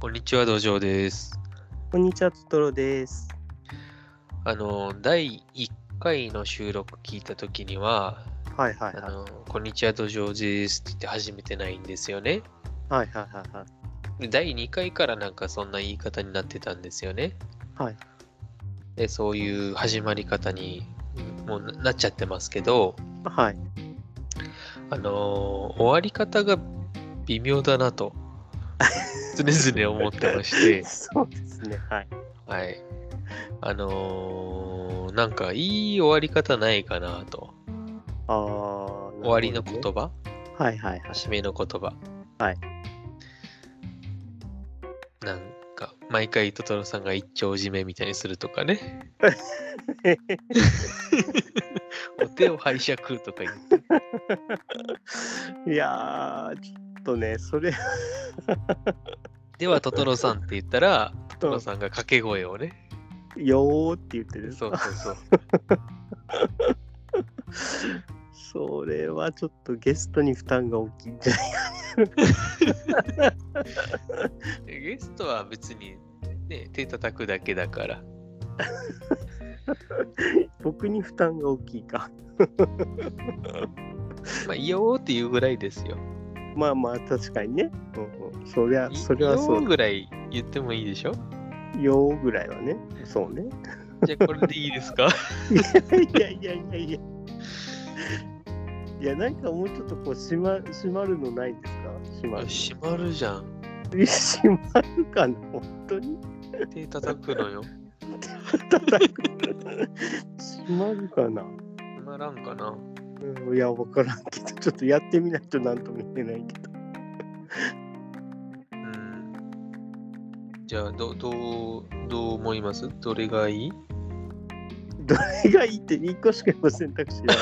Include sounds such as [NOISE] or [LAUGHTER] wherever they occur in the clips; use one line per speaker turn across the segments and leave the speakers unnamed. こんにちは、道場です。
こんにちは、トトロです。
あの、第1回の収録聞いたときには、
はいはい
あ
はい。
の、こんにちは、道場ですって言って始めてないんですよね。
はいはいはいはい。
で第2回からなんかそんな言い方になってたんですよね。
はい。
で、そういう始まり方にもうななっちゃってますけど、
はい。
あのー終わり方が微妙だな
[LAUGHS]
と常々思ってまして、
そうですね。はい。
はい。あのーなんかいい終わり方ないかなと。
あー、
終わりの言
なる
葉、
ほどね。はいはいはい。
締めの言葉。
はい。
なんか、毎回トトロさんが一丁締めみたいにするとか
[LAUGHS]
ね。お手を拝借とか言って。
いやー、ちょっとね、それ、
ではトトロさんって言ったら、トトロ
と
さんが掛け声をね。
よーって言ってる。
そうそうそう。
それはちょっとゲストに負担が大きいんじゃない [LAUGHS]
ゲストは別に、ね、手叩くだけだから。
僕に負担が大きいか。
まあ、いいよーっていうぐらいですよ。
まあまあ、確かにね。うんうん、そりゃ、
いい
それはそ
よー
う。
ぐらい言ってもいいでしょ
よーぐらいはね。そうね。 [LAUGHS]
じゃあこれでいいですか
いやいやいやいや。いや、なんかもうちょっとこう、閉ま閉まるのないですか閉 [LAUGHS] まる。
閉まるじゃん。
[LAUGHS] 閉まるかな本当に
手叩くのよ。
叩く。閉まるかな、
閉まらんかな。
うん、いや、わからんけど、ちょっとやってみないとなんとも言えないけど。
うん。じゃあど、どう、どう思いますどれがいい
それがいいって一個しか今選択肢がない。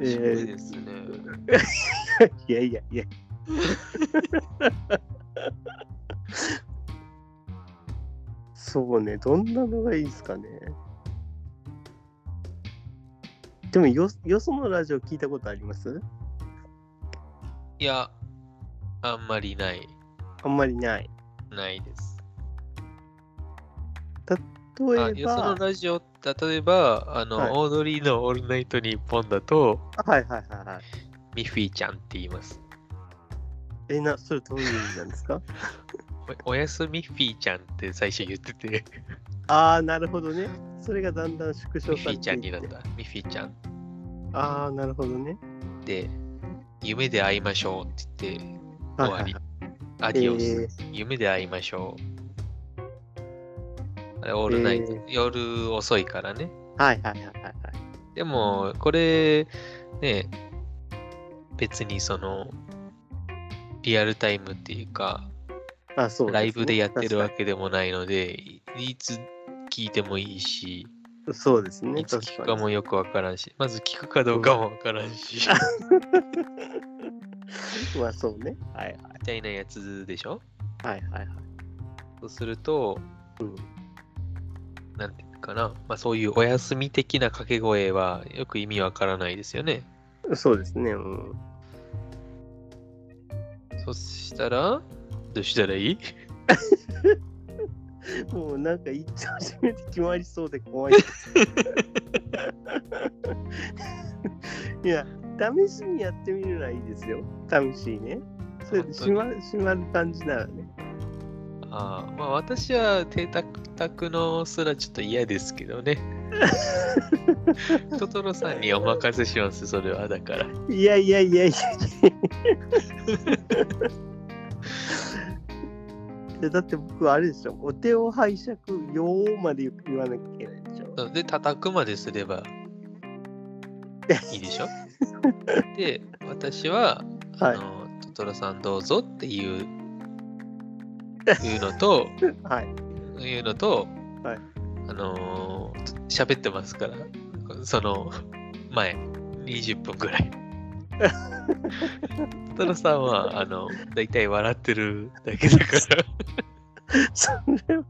えー
初めですね。
いやいやいや。そうね、どんなのがいいですかね。でもよ、よそのラジオ聞いたことあります
いや、あんまりない。
あんまりない。
ないです。あ、
例え
よそ
ば
の、ラジオ、例えば、あの、
はい
オードリーのオールナイトニッポンだと、
はいはいはいはい。
ミッフィーちゃんって言います。
え、な、それどういう意味なんですか [LAUGHS]
おおやすみフィーちゃんって最初言ってて、
ああ、なるほどね。それがだんだん縮
ミ
小
ッフ
さ
ィ
れ
ーちゃん
て
に
い
なっ
って。
た。ミッフィーちゃんっ
ああ、なるほどね。
て、夢で会いましょうって言って、終わり。アデ
え
ィオス、
ー、
夢で会いましょう。あれ、オールナイト、
え
夜遅いからね。
はいはいはいはいはい。
でも、これ、ね、別にその、リアルタイムっていうか、
あ、そうすね、
ライブでやってるわ
け
けでもないので、いいつ聞いてもいいし、
そうですね。
いつ
確
聞
か
く
に
かもよくわからんし、まず聞くかどうかもわからん
[LAUGHS]
し、
まあそうね。はい
みたいなやつでしょ
はいはいはい。
そうすると、
うん
なんていうかな、まあ、そういうお休み的な掛け声はよく意味わからないですよね。
そうですね。うん、
そしたら、どうしたらい [LAUGHS] い
もうなんか一丁締めて決まりそう
[LAUGHS]
で怖いです。いや、試しにやってみるのはいいですよ。試しにね。それで閉まる閉まる感じならね。
ああまあ、私は邸宅のすらちょっと嫌ですけど
[LAUGHS]
ね。トトロさんにお任せします、それは。だから。
いやいやい
[LAUGHS]
やいやいや。いやだって僕あれでしょ。お手を拝借よーまで言わなきゃいけないでしょ。
で、叩くまですればいいでし
[LAUGHS]
ょで、私は、あ
はい
の、トトロさんどうぞって
[LAUGHS]
いう、いうのと、
はい。 [LAUGHS]
いうのと、
はい
あのー喋ってますから、その前、20分ぐら
[LAUGHS]
い。トトロさんは、あの、大体笑ってるだけだ
[LAUGHS]
から、
それは、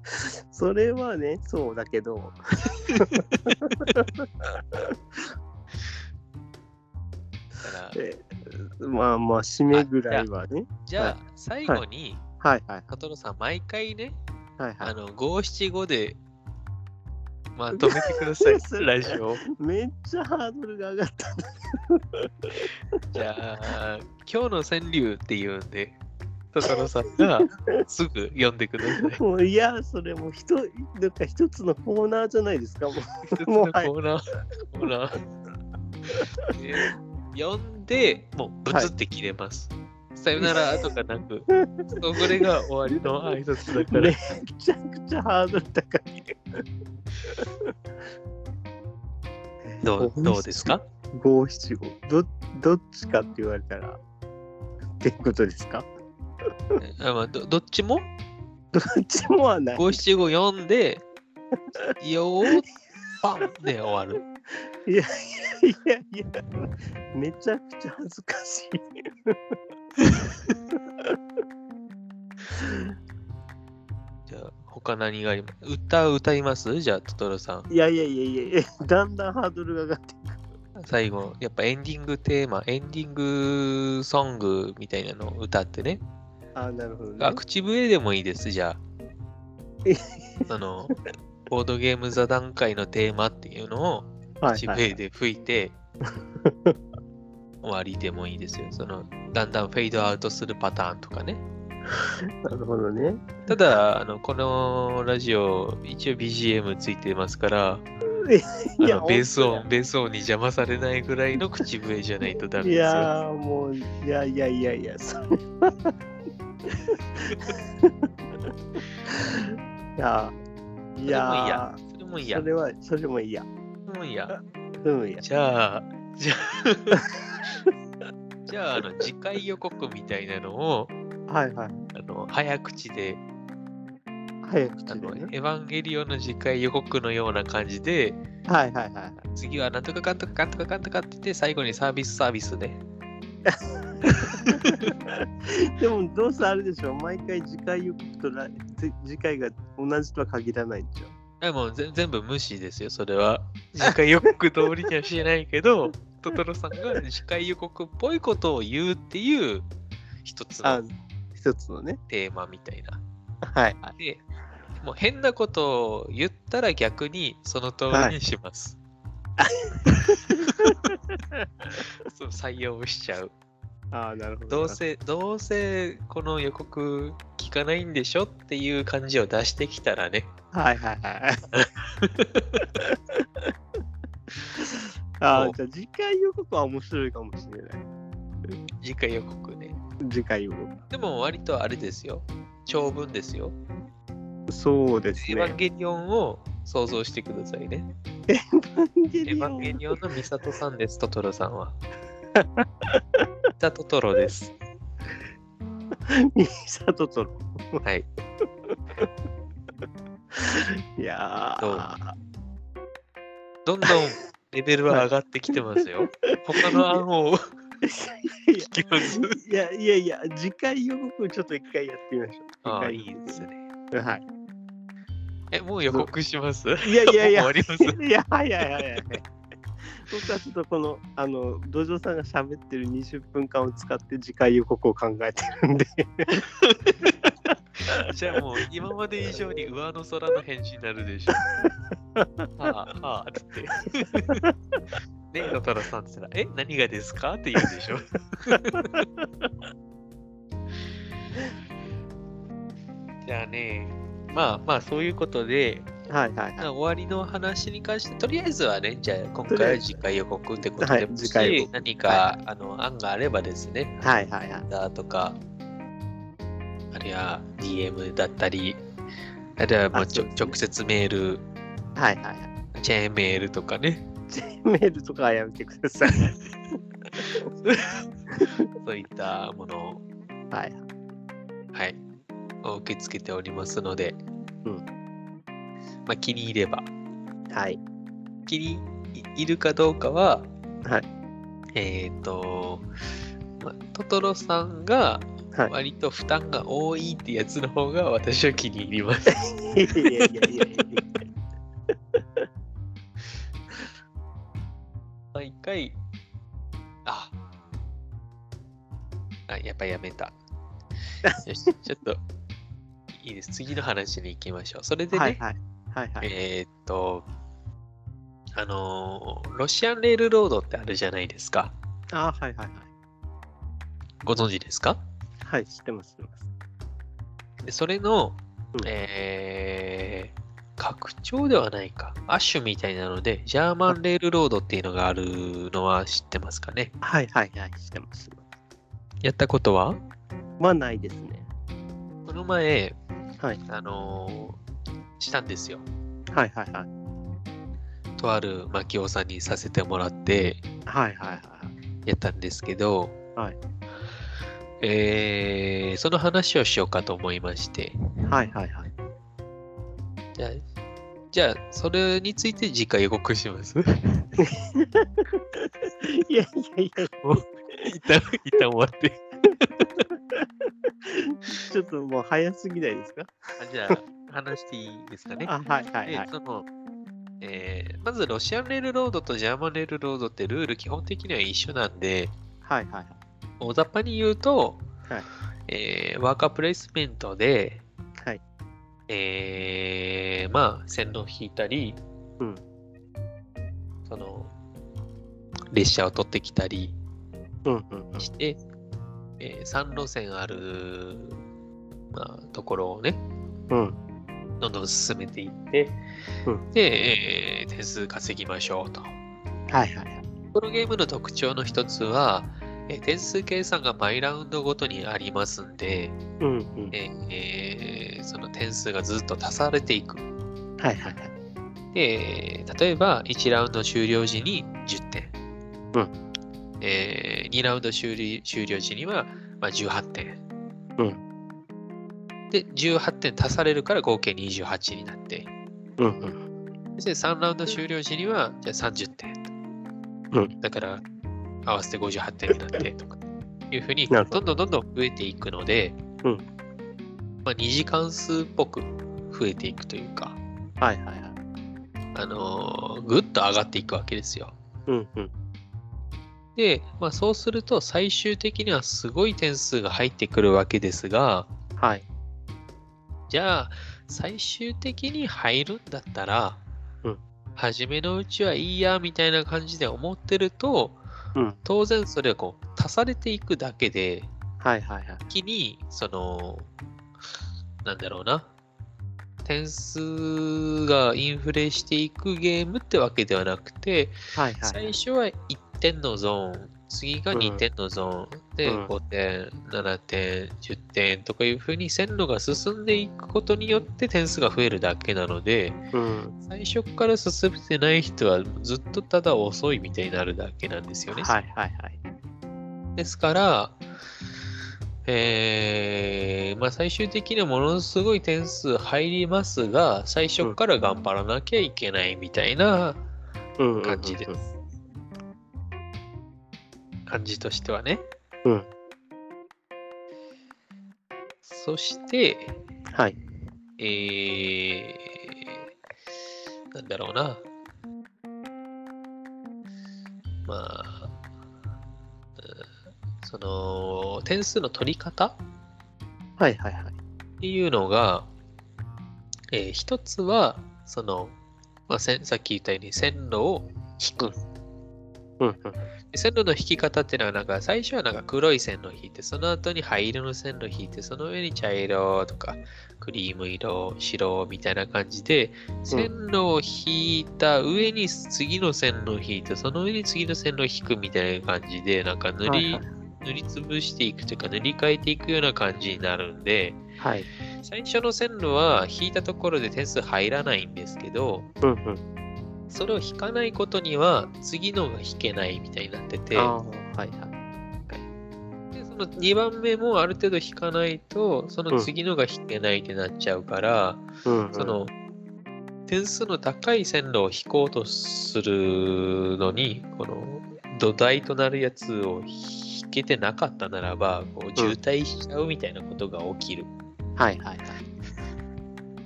それはね、そうだけど。
だから
えまあまあ、締めぐらいはね。
じゃあ、
は
最後に、
はいはい
トトロさん、毎回ね、
はいは
あ
い。
の、五七五で、まとめてくだ
[LAUGHS]
さ
そ
い、
れ
ラジオを。
めっちゃハードルが上がった。
じゃあ、今日の川柳っていうんで、トトロさん
[LAUGHS]
がすぐ読んでください。
もういや、それもう一、なんか一つのコーナーじゃないで
[LAUGHS]
すか。もう
一つのコーナー、コーナー。えー読んで、もうブツって切れます。さよならとかなく、それが終わりの挨拶だから。
めちゃくちゃハードル高い。
どうどうですか
五七五。ど、どっちかって言われたら、ってことですか [LAUGHS]
あ、まあ、どどっちも
どっちもはない。
五七五読んで、よーっパンで終わる。
いやいやいや、めちゃくちゃ恥ずかしい。
じゃあ、他何があります歌歌いますじゃあ、トトロさん。
いやいやいやいやいや、だんだんハードルが上がって
最後、やっぱエンディングテーマ、エンディングソングみたいなのを歌ってね。
ああ、なるほど、ね
あ、。口笛でもいいです、じゃ
え
あ。その、ボードゲーム座談会のテーマっていうのを
はい
口
は
笛
い、
で吹いて、終わりでもいいですよ。その、だんだんフェードアウトするパターンとかね。
なるほどね。
ただ、あの、このラジオ、一応 BGM ついてますから、あ
[LAUGHS] いや
のベース
本
音、ベース音に邪魔されないぐらいの口笛じゃないとダメ
い
ですよ。
やーもう、いやいやいやいや、それは。いやー、いやー
それもいいや。
そ
それ
れは、それもいいや。
もいいや。
うん、いや。
じゃあ、じゃあ、 [LAUGHS] じゃあ、あの、次回予告みたいなのを、
はいはい。
あの、早口で、
早
あ
口で
の、エ
ね。
ヴァンゲリオンの次回予告のような感じで、
はいはいはい。
次はなんとかかんとかかんとかかんとかって言って、最後にサービスサービスで。
でもどうせあれでしょ毎回次回予告とら次次回が同じとは限らないんじゃん。
あもうぜ全部無視ですよ、それは。次回予告通りにはしないけ [LAUGHS] ど、トトロさんが次回予告っぽいことを言うっていう一つ
あ
の
一つのね。
テーマみたいな。
はい。
で、もう変なことを言ったら逆にその通りにします。 [LAUGHS] そう採用しちゃう。
ああ、なるほ
ど
ど。
うせ、どうせこの予告聞かないんでしょっていう感じを出してきたらね。
はいは
[LAUGHS]
いはい。あ
そ
あ、
う
じゃあ次回予告は面白いかもしれない。
次回予告ね。
次回予告。
でも割とあれですよ。長文ですよ。
そうです
エ
ね。
ヴァンゲリオンを想像してくださいね。エヴァンゲリオンのミサトさんです、トトロさん [LAUGHS] は。ミサトトロです。
ミサトトロ。
はい。
いやー
どんどんレベルは上がってきてますよ。他の案を [LAUGHS] 聞きます。
いやいやいや、次回予告ちょっと一回やってみましょう。
ああ、い
次
いですね。
回はい。
え、もう予告しますい
いやいやいや
終わ。ります。
いやいやいやいや。僕はちょっとこのあの土壌さんが喋ってる20分間を使って次回予告を考えてるんで
[LAUGHS] じゃあもう今まで以上に上の空の返事になる [LAUGHS] でしょ。はあ、はあ、つって。 [LAUGHS] ねえ、トトロさんって言ったら、え、何がですかって言うで [LAUGHS] しょ。じゃあね、まあまあそういうことで、
はいはいはい
終わりの話に関して、とりあえずはね、じゃあ今
とりあ
回
え
は
ず
次回予告ってこと
は
で
い
もし、
次回予告
何か、
は
あの案があればですね、
はいはいはい
Twitter とか、あるいは DM だったり、あるいはもう
あ
ちょ
そうですね
直接メール、
はいはいはい
チェーンメールとかね、
メールとかはやめてください
そういったものを、
はい
はい、を受け付けておりますので、
うん
まあ、気に入れば、
はい
気に入るかどうかは、
はい
えっ、と、まあトトロさんが
はい
割と負担が多いってやつの方が私は気に入り
[LAUGHS]
ます。
いやいやいやいやい
毎回、あ、あ、やっぱやめ
[LAUGHS]
た。よし、ちょっと、いいです。次の話に行きましょう。それでね、
はいはい。はいはい。
えーっと、あのーロシアンレールロードってあるじゃないですか。
あーはいはい
ご存知ですか
はい。はい、知ってます、知ってます。
でそれの、
うん
えー拡張ではないか。アッシュみたいなので、ジャーマンレールロードっていうのがあるのは知ってますかね。
はいはいはい、知ってます。
やったことは
はないですね。
この前、
はい
あのーしたんですよ。
はいはいはい。
とある牧雄さんにさせてもらって
はいはいはい。
やったんですけど、
はい
えーその話をしようかと思いまして、
はいはいはい。
じゃあ、じゃあそれについて次回予告します。 [LAUGHS]
いやいやいや、
一旦、一旦終わって。
ちょっともう早すぎないですか
あじゃあ、話していいですかね。
あ、はいはいは
で
い。
そのえーまず、ロシアンレールロードとジャーマンレールロードってルール基本的には一緒なんで、
はいはいはい。
大雑把に言うと、
はい
えーワーカープレイスメントで、
はい
えーまあ、線路を引いたり、
うん
その列車を取ってきたり
うんうんうん。
して、え3路線ある、まあ、ところをね、
うん。
どんどん進めていって、
うん
で、えー点数稼ぎましょうと。
はいはいはい。
このゲームの特徴の一つは、えー点数計算が毎ラウンドごとにありますんで、
うんうん。
えーその点数がずっと足されていく。
はいはいはい。
で、例えば1ラウンド終了時に10点。
うん
えー2ラウンド終了終了時には、まあ、18点。
う
で、18点足されるから合計28になって。
うんうん。
そして3ラウンド終了時には、じゃあ30点。
うん
だから、合わせて58点になってとか、いうふうに、
な
ど
るほ
んどんどんどん増えていくので、
うん
まあ、二次関数っぽく増えていくというか、
はいはいはい。
あのーぐっと上がっていくわけですよ。
うんうん。
で、まあ、そうすると最終的にはすごい点数が入ってくるわけですが、
はい。
じゃあ最終的に入るんだったら、
うん
初めのうちはいいやみたいな感じで思ってると、
うん
当然それはこう足されていくだけで
はいはいはい。
一気にそのなんだろうな点数がインフレしていくゲームってわけではなくて、
はいはい。
最初は1点のゾーン次が2点のゾーン、で
うん
5点7点10点とかいうふうに線路が進んでいくことによって点数が増えるだけなので
うん。
最初から進めてない人はずっとただ遅いみたいになるだけなんですよね。
はいはいはい。
ですから、えーまあ、最終的にはものすごい点数入りますが最初から頑張らなきゃいけないみたいな
うんうんうん。
感じです。感じとしてはね。
うん
そして、
はい。
えー、なんだろうな。まあ、うんその、点数の取り方
はいはいはい。
っていうのが、えー一つは、その、まあ、せんさっき言ったように線路を引く。
うんうん。
で線路の引き方っていうのはなんか最初はなんか黒い線路を引いてその後に灰色の線路を引いてその上に茶色とかクリーム色白みたいな感じで線路を引いた上に次の線路を引いてその上に次の線路を引くみたいな感じでなんか塗り,、
はいはい
塗りつぶしていくというか塗り替えていくような感じになるんで
はい。
最初の線路は引いたところで点数入らないんですけど
うんうん。
それを引かないことには次のが引けないみたいになってて。
ああ、はいはい。
でその2番目もある程度引かないとその次のが引けないってなっちゃうから、
うんうん。
その点数の高い線路を引こうとするのにこの土台となるやつを引けてなかったならばこう渋滞しちゃうみたいなことが起きる。
はいはいはい。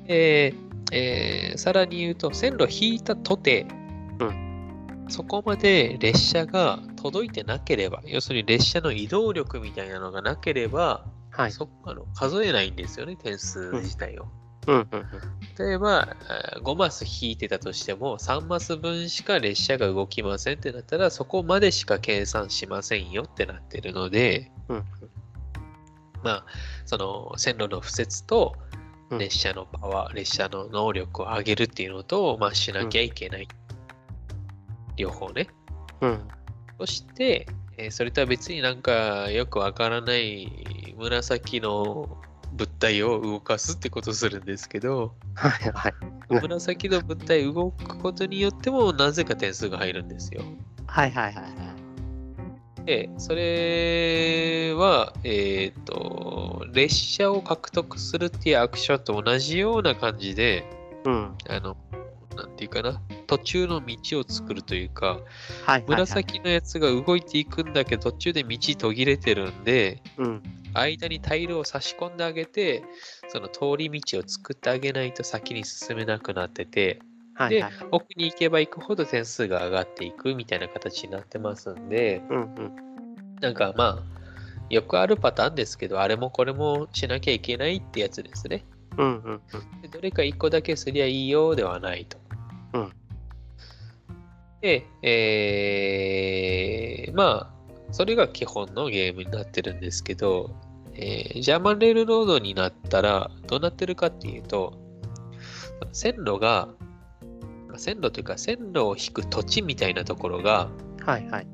えーえーさらに言うと線路を引いたとて、
う
そこまで列車が届いてなければ、要するに列車の移動力みたいなのがなければ、
はい。
そあの数えないんですよね、点数自体を。
うんうんうん。
例えば、えー5マス引いてたとしても、3マス分しか列車が動きませんってなったら、そこまでしか計算しませんよってなってるので、
うんうん
まあ、その線路の敷設と
うん
列車のパワー、列車の能力を上げるっていうのと、まあ、しなきゃいけない。両方ね。
うん。
そして、えーそれとは別になんかよくわからない紫の物体を動かすってことするんですけど、
はいはい。はい
紫の物体動くことによってもなぜか点数が入るんですよ。
はいはいはい。
で、それは、えっ、と、列車を獲得するっていうアクションと同じような感じで、
うん。
あの、なんていうかな、途中の道を作るというか、
はいはいはい。
紫のやつが動いていくんだけど途中で道途切れてるんで
うん。
間にタイルを差し込んであげてその通り道を作ってあげないと先に進めなくなってて
はい
で
はい。
奥に行けば行くほど点数が上がっていくみたいな形になってますんで
うんうん。
なんかまあよくあるパターンですけどあれもこれもしなきゃいけないってやつですね
うんうんうん。
でどれか1個だけすりゃいいよではないと。
うん
で、えーまあ、それが基本のゲームになってるんですけど、えージャーマンレールロードになったらどうなってるかっていうと、線路が、線路というか線路を引く土地みたいなところが、
はいはい。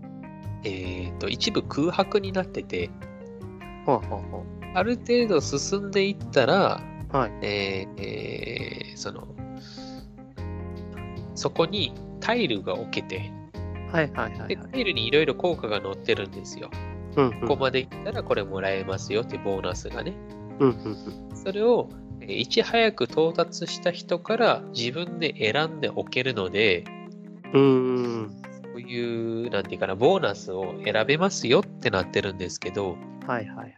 えーと一部空白になってて、
ほうほうほ
ある程度進んでいったら、
う。はい。
えーえーそのそこにタイルが置けて
はいはいは
で
いは
タ
い。
イルにいろいろ効果が載ってるんですよ。
うんう
ここまでいったらこれもらえますよってボーナスがね。
んうん
それをえーいち早く到達した人から自分で選んでおけるので
うん。う
こういうなんていうかなボーナスを選べますよってなってるんですけど
ーん。はいはいはい。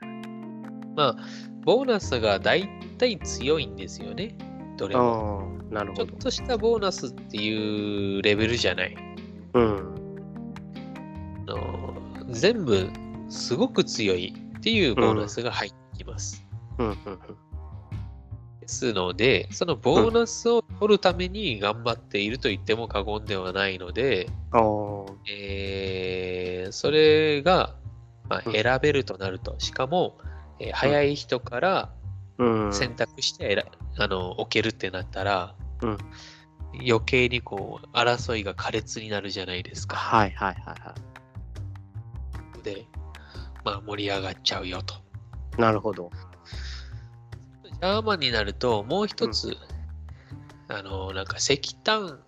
まあボーナスが大体強いんですよねどれ
あ
も。
あ、なる
ちょ
ほ
っ
ど。
としたボーナスっていうレベルじゃない。
うん。
あの全部すごく強いっていうボーナスが入ってきます。
うんうんうん。
ですので、そのボーナスを取るために頑張っていると言っても過言ではないので、
ああ。
えーそれが、ま
う
あ、
ん
選べるとなると、しかも、えー早い人から
うん。
選択して選あの置けるってなったら、
うん
余計にこう争いが苛烈になるじゃないですか。
はいはいはいは
で、まあ、盛り上がっちゃうよと。
い。なるほど。
ジャーマンになるともう一つ、あのなんか石炭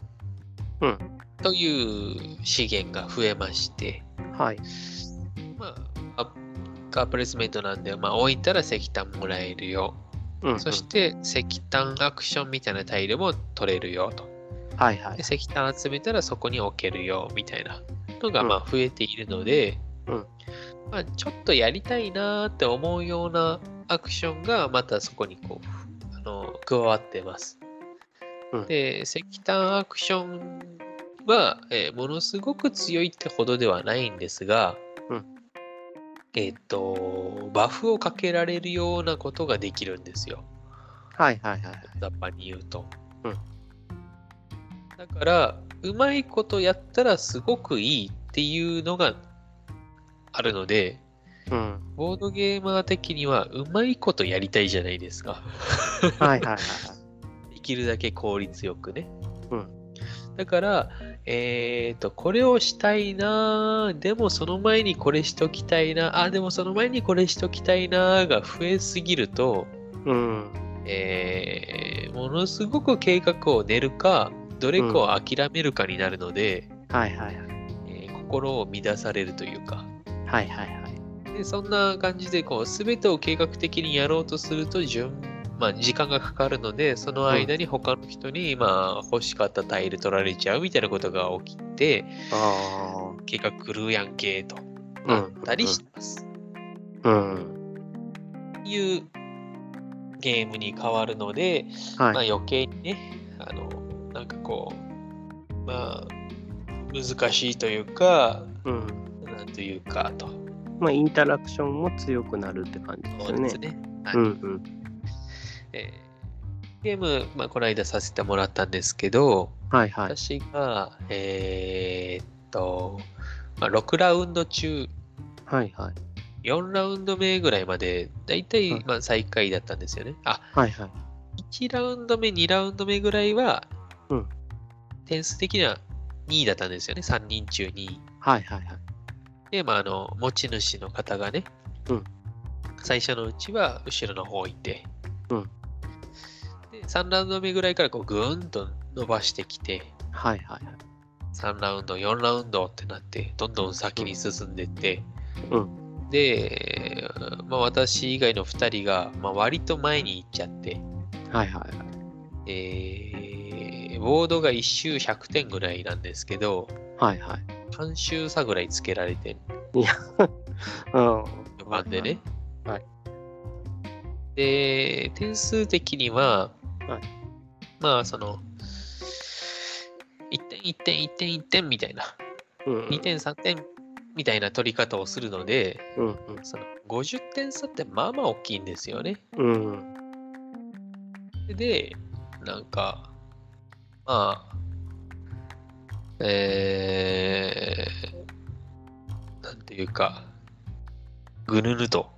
うん
という資源が増えまして、
はい。
まあアカープレスメントなんで、まあ、置いたら石炭もらえるよ、
うんうん
そして石炭アクションみたいなタイルも取れるよと
はいは
で
い。
石炭集めたらそこに置けるよみたいなのが
うん
まあ増えているので、
うん
まあ、ちょっとやりたいなーって思うようなアクションがまたそこにこうあの加わってます。
うん
で石炭アクションは、えーものすごく強いってほどではないんですが、
うん
えーっとバフをかけられるようなことができるんですよ。
はいはいはい。
大っぱに言うと。
うん
だから、うまいことやったらすごくいいっていうのがあるので、
うん。
ボードゲーマー的にはうまいことやりたいじゃないですか。 [LAUGHS]
はいはいはいはい。
できるだけ効率よくね。
うん
だから、えっ、と、これをしたいなぁでもその前にこれしときたいなあ、でもその前にこれしときたいなぁが増えすぎると、
うん。
えーものすごく計画を練るかどれかを諦めるかになるので、
はいはいはい。
えー心を乱されるというか
はいはいはい。
でそんな感じでこう全てを計画的にやろうとすると順、まあ、時間がかかるのでその間に他の人に、まあ、欲しかったタイル取られちゃうみたいなことが起きて
あ
計画狂うやんけと
あ。
なったりしてます。
うん。
いうゲームに変わるので、
はい。
まあ余計にね、あの、なんかこう、まあ、難しいというか、
うん。
なんというかと。
まあ、インタラクションも強くなるって感じです
そう
よ
で
ね
す。ね。はい
うんうん。
えーゲーム、まあ、この間させてもらったんですけど、
はいはい。
私が、えーっと、まあ、6ラウンド中、
はいはい。
4ラウンド目ぐらいまで、だいたい
はい
まあ最下位だったんですよね。あ、
はいはい。
1ラウンド目、2ラウンド目ぐらいは、
うん
点数的には2位だったんですよね。3人中2位。
はいはいはい。
で、まあ、あの、持ち主の方がね、
うん
最初のうちは後ろの方いて、
うん
で3ラウンド目ぐらいからこうぐーんと伸ばしてきて、
はいはいはい。
3ラウンド、4ラウンドってなって、どんどん先に進んでって、
う
で、まあ、私以外の2人が、まあ、割と前に行っちゃって、
はいはいはい。
えーボードが1周100点ぐらいなんですけど、
はいはい。
3周差ぐらいつけられて
うん。
4番でね。
はいはい
で、点数的には、
はい
まあ、その、1点、1点、1点、1点みたいな、
うん
2点、3点みたいな取り方をするので、
うん
その50点差ってまあまあ大きいんですよね。
うん。うん。
で、なんか、まあ、えー、なんていうか、ぐぬぬと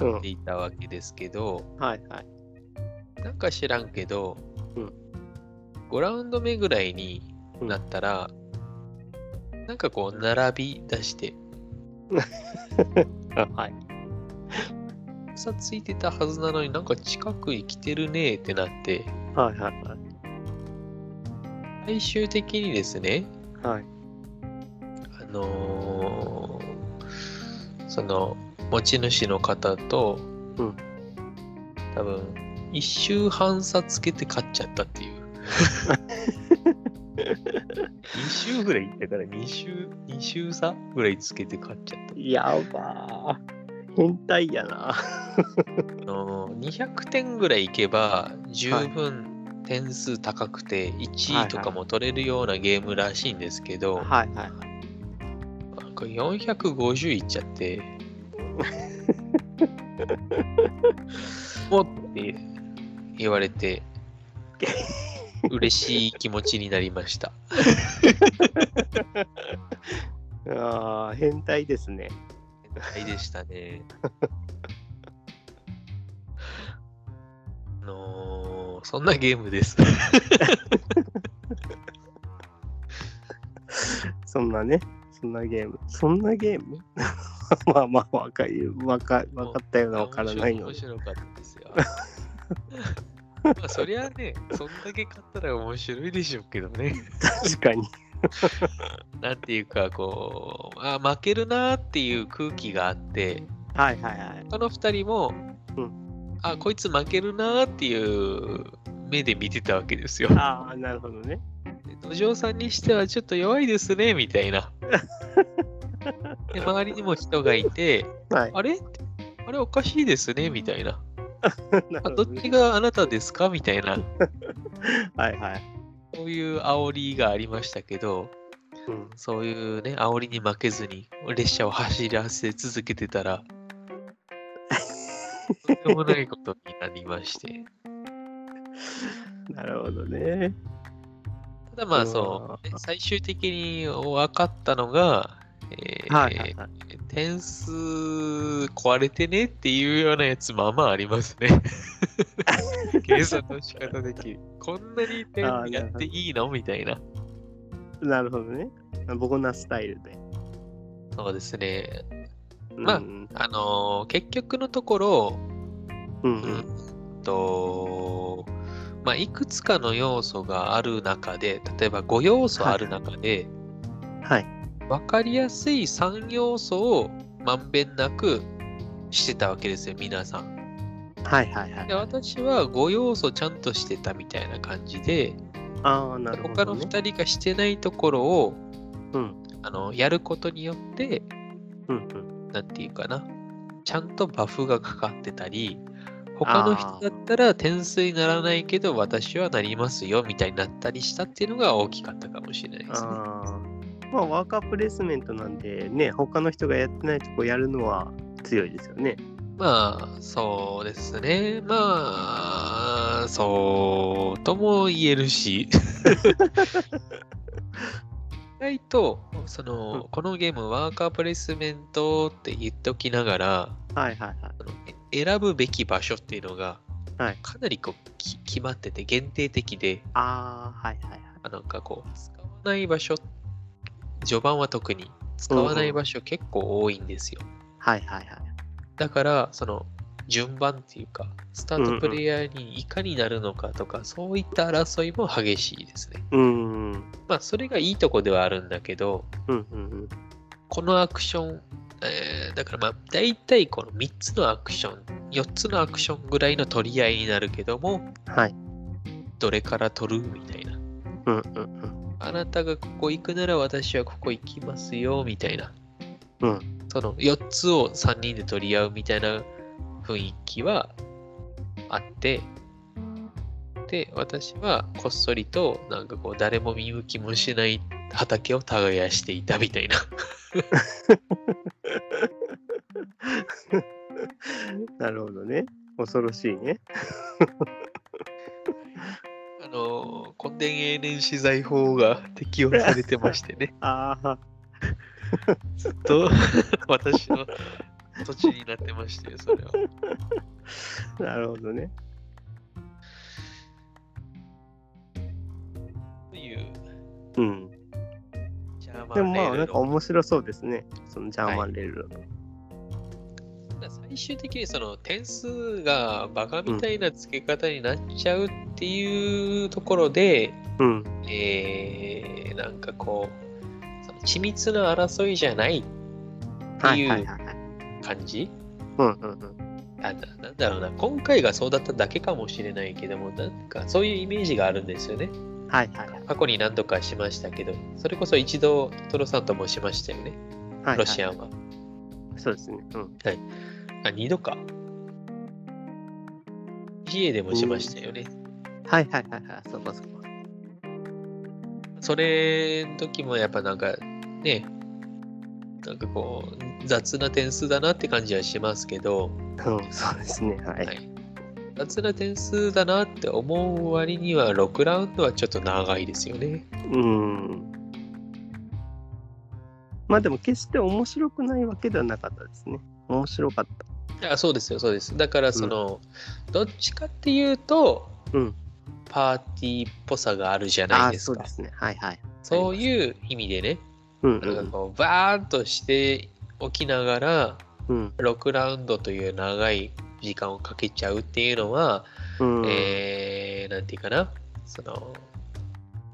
なっていたわけですけど、
[LAUGHS] はいはい。
なんか知らんけど、
うん
5ラウンド目ぐらいになったら、なんかこう、並び出して、
あはい。
差ついてたはずなのになんか近くに来てるねってなって、
はいはいはい。
最終的にですね、
はい。
あのーその持ち主の方と、
うん
多分一周半差つけて勝っちゃった
[LAUGHS]
っていう2周ぐらいいったから2周2周差ぐらいつけて勝っちゃった
やばー。変態やな。
あのー200点ぐらいいけば十分点数高くて1位とかも取れるようなゲームらしいんですけど、
はいは
な
い。
んか450いっちゃっ
[LAUGHS]
て。おって言われて、嬉しい気持ちになりました。
ああ、変態ですね。
はいでしたね。 [LAUGHS] あのーそんなゲームです。
そんなね。そんなゲーム。そんなゲーム [LAUGHS] まあまあ、わかる。わかわかったようなわからないよう
面
な。
白かったです
[LAUGHS]
よ。まあそりゃね、そんだけ買ったら面白いでしょうけどね。
確かに。
なんていうかこうあ負けるなーっていう空気があって
はいはいはい。
他の2人も、
う
あこいつ負けるなーっていう目で見てたわけですよ。
ああ、なるほどね。
で土壌さんにしてはちょっと弱いですねみたい
[LAUGHS]
な。で周りにも人がいて
はい。
あれあれおかしいですねみたいな。あ
なるほ
ど
ど
っち
ね
があなたですかみたいな
はいはい。
そういう煽りがありましたけど
うん
そういうね、煽りに負けずに、列車を走らせ続けてたら、とんでもないことになりまして。
なるほどね。
ただまあ
うわー
そう、ね最終的に分かったのが、えー
はい。
点数壊れてねっていうようなやつまあまああります
[LAUGHS]
ね。計算の仕方できこんなに点
あーなるほど
やっていいのみたいな。
なるほどね。僕なスタイルで。
そうですね。
うん
まあ
うん
あのー結局のところ、
うん
う。んと、まあ、いくつかの要素がある中で、例えば5要素ある中で、
はい。
分かりやすい3要素をまんべんなくしてたわけですよ、皆さん。
はいはいはい
で。私は5要素ちゃんとしてたみたいな感じで、
ああ、なるほ
他
ど、
の
ね。
2人がしてないところを、
うん
あのやることによって、
うんうん。
なんていうかな、ちゃんとバフがかかってたり、他の人だったら点数にならないけど私はなりますよみたいになったりしたっていうのが大きかったかもしれないですね。
あーまあワーカープレイスメントなんでね他の人がやってないとこやるのは強いですよね。
まあそうですねまあそうとも言えるし意外とそのこのゲームワーカープレイスメントって言っておきながら
はいはいはい。
あのえ選ぶべき場所っていうのが
はい
かなりこうき決まってて限定的で
ああはいはいはい。
あなんかこう使わない場所序盤は特に使わない場所結構多いんですよ
はいはいはい。
だからその順番っていうかスタートプレイヤーにいかになるのかとか、そういった争いも激しいですね
うーんうん
まあそれがいいとこではあるんだけど
うんうん。
このアクション、えーだからまあ大体この3つのアクション4つのアクションぐらいの取り合いになるけども
はい。
どれから取るみたいな
うんうん
あなたがここ行くなら私はここ行きますよみたいな、
うん
その4つを3人で取り合うみたいな雰囲気はあってで私はこっそりとなんかこう誰も見向きもしない畑を耕していたみたいな [LAUGHS]
うん。なるほどね。恐ろしいね。
あのー古典永年資材法が適用されてまして
[LAUGHS]
ね
ああ
ずっと私の土地になってましてそれは。
なるほどね。
という
うん。
ジャーマ
で
ン
も
レ
ま
ー
あ
ル
なん
の
か面白そうですね。そのジャーマンレールの。
ただ最終的にその点数がバカみたいな付け方になっちゃうっていうところで、
うん。
えーなんかこうその緻密な争いじゃない
はいはいはいはい。
感じ
うんうんうん。
あななんだろうな今回がそうだっただけかもしれないけどもなんかそういうイメージがあるんですよね
はいはいはい。
過去に何度かしましたけどそれこそ一度トトロさんともしましたよね
はい
ロシア
は
ンは、
い。そうですね。うん。
あ二度か GA でもしましたよね、
はいはいはいはい。そうかそうか。
それの時もやっぱなんかねなんかこう雑な点数だなって感じはしますけど、
うん、そうですね。はい。
はい雑な点数だなって思う割には6ラウンドはちょっと長いですよね。
うん。まあでも決して面白くないわけではなかったですね。面白かっ
あそうですよそうです。だからその、どっちかっていうと、
うん
パーティーっぽさがあるじゃ
た。
ない
あー
です
そう
か
で。すね。はいはい。
そういう意味でね、
うんう
なんか
ん
こうバーンとしておきながら
うん。
6ラウンドという長い時間をかけちゃうっていうのは
うん。
えー、なんていうかな、その、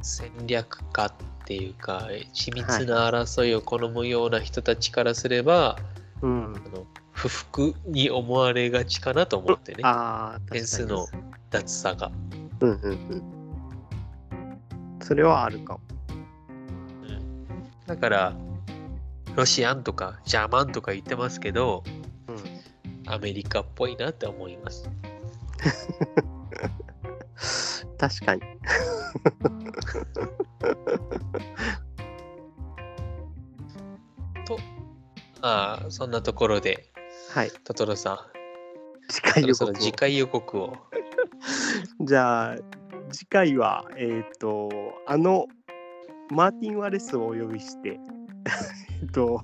戦略家っていうか、緻密な争いを好むような人たちからすれば、
うん。
あの不服に思われがちかなと思ってね、
ああ、確かに
点数の脱差が。
うんうんうん。それはあるかも。
うんだから、ロシアンとかジャーマンとか言ってますけど、
うん。
アメリカっぽいなって思います。
確かに。
まあ、そんなところで、
はい。
トトロさ
次回
ん、そろそろ
予告を。
次回予告を。
じゃあ、次回は、えっ、と、あの、マーティン・ワレスをお呼びして、 [LAUGHS] えっと、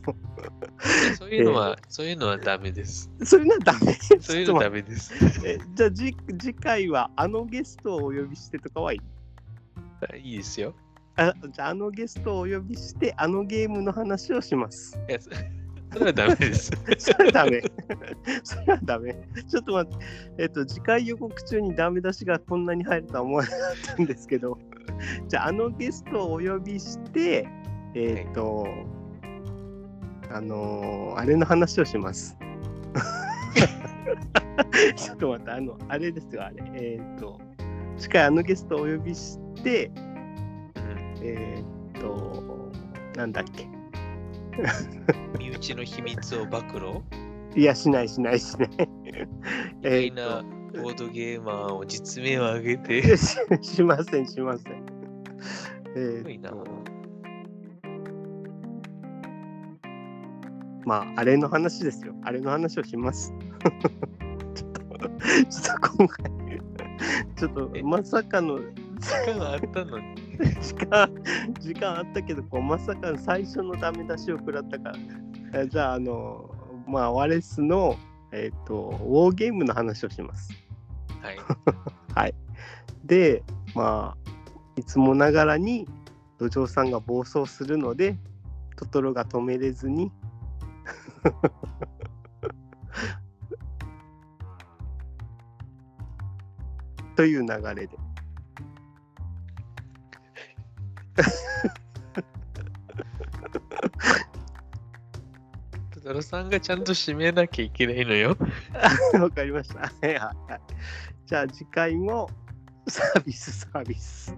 そういうの
[LAUGHS]
は、そういうのはダメです。
それならダメ。
そういう
ちょっ
の
と待って
ダメです。
えじゃあじ次回はあのゲストをお呼びしてとかはい
[LAUGHS]
い
いいですよ。
あじゃああのゲストをお呼びしてあのゲームの話をします。
いやそ [LAUGHS] それはダメです。
[LAUGHS] それはダメ。それはダメ。ちょっと待って、えっと、次回予告中にダメ出しがこんなに入るとは思わなかったんですけど、 [LAUGHS] じゃああのゲストをお呼びして、えっと、あのーあれの話をします。 [LAUGHS] ちょっと待って、あの、あれですよ、あれ。えっと、次回あのゲストをお呼びして、えーっと、なんだっけ。
身内の秘密を暴露
いや、しないしないしない。
みたい
ー
な
っ
ボードゲーマーを実名を挙げて。
し [LAUGHS] しません、しません。えー
す
っと
ごいな。
まあ、あれの話ですよ。あれの話をします。 [LAUGHS] ちょっと、ちょっと今回、ちょっ
え
とまさかの、
時間があったのに。
時間、時間あったけど、こうまさかの最初のダメ出しを食らったから。えじゃあ、あの、まあ、ワレスの、えっ、と、ウォーゲームの話をします。
はい。
はい。で、まあ、いつもながらに土壌さんが暴走するので、トトロが止めれずに。という流れで。
トトロさんがちゃんと締めなきゃいけないのよ。
わかりました。はいはいはい。じゃあ次回もサービスサービス。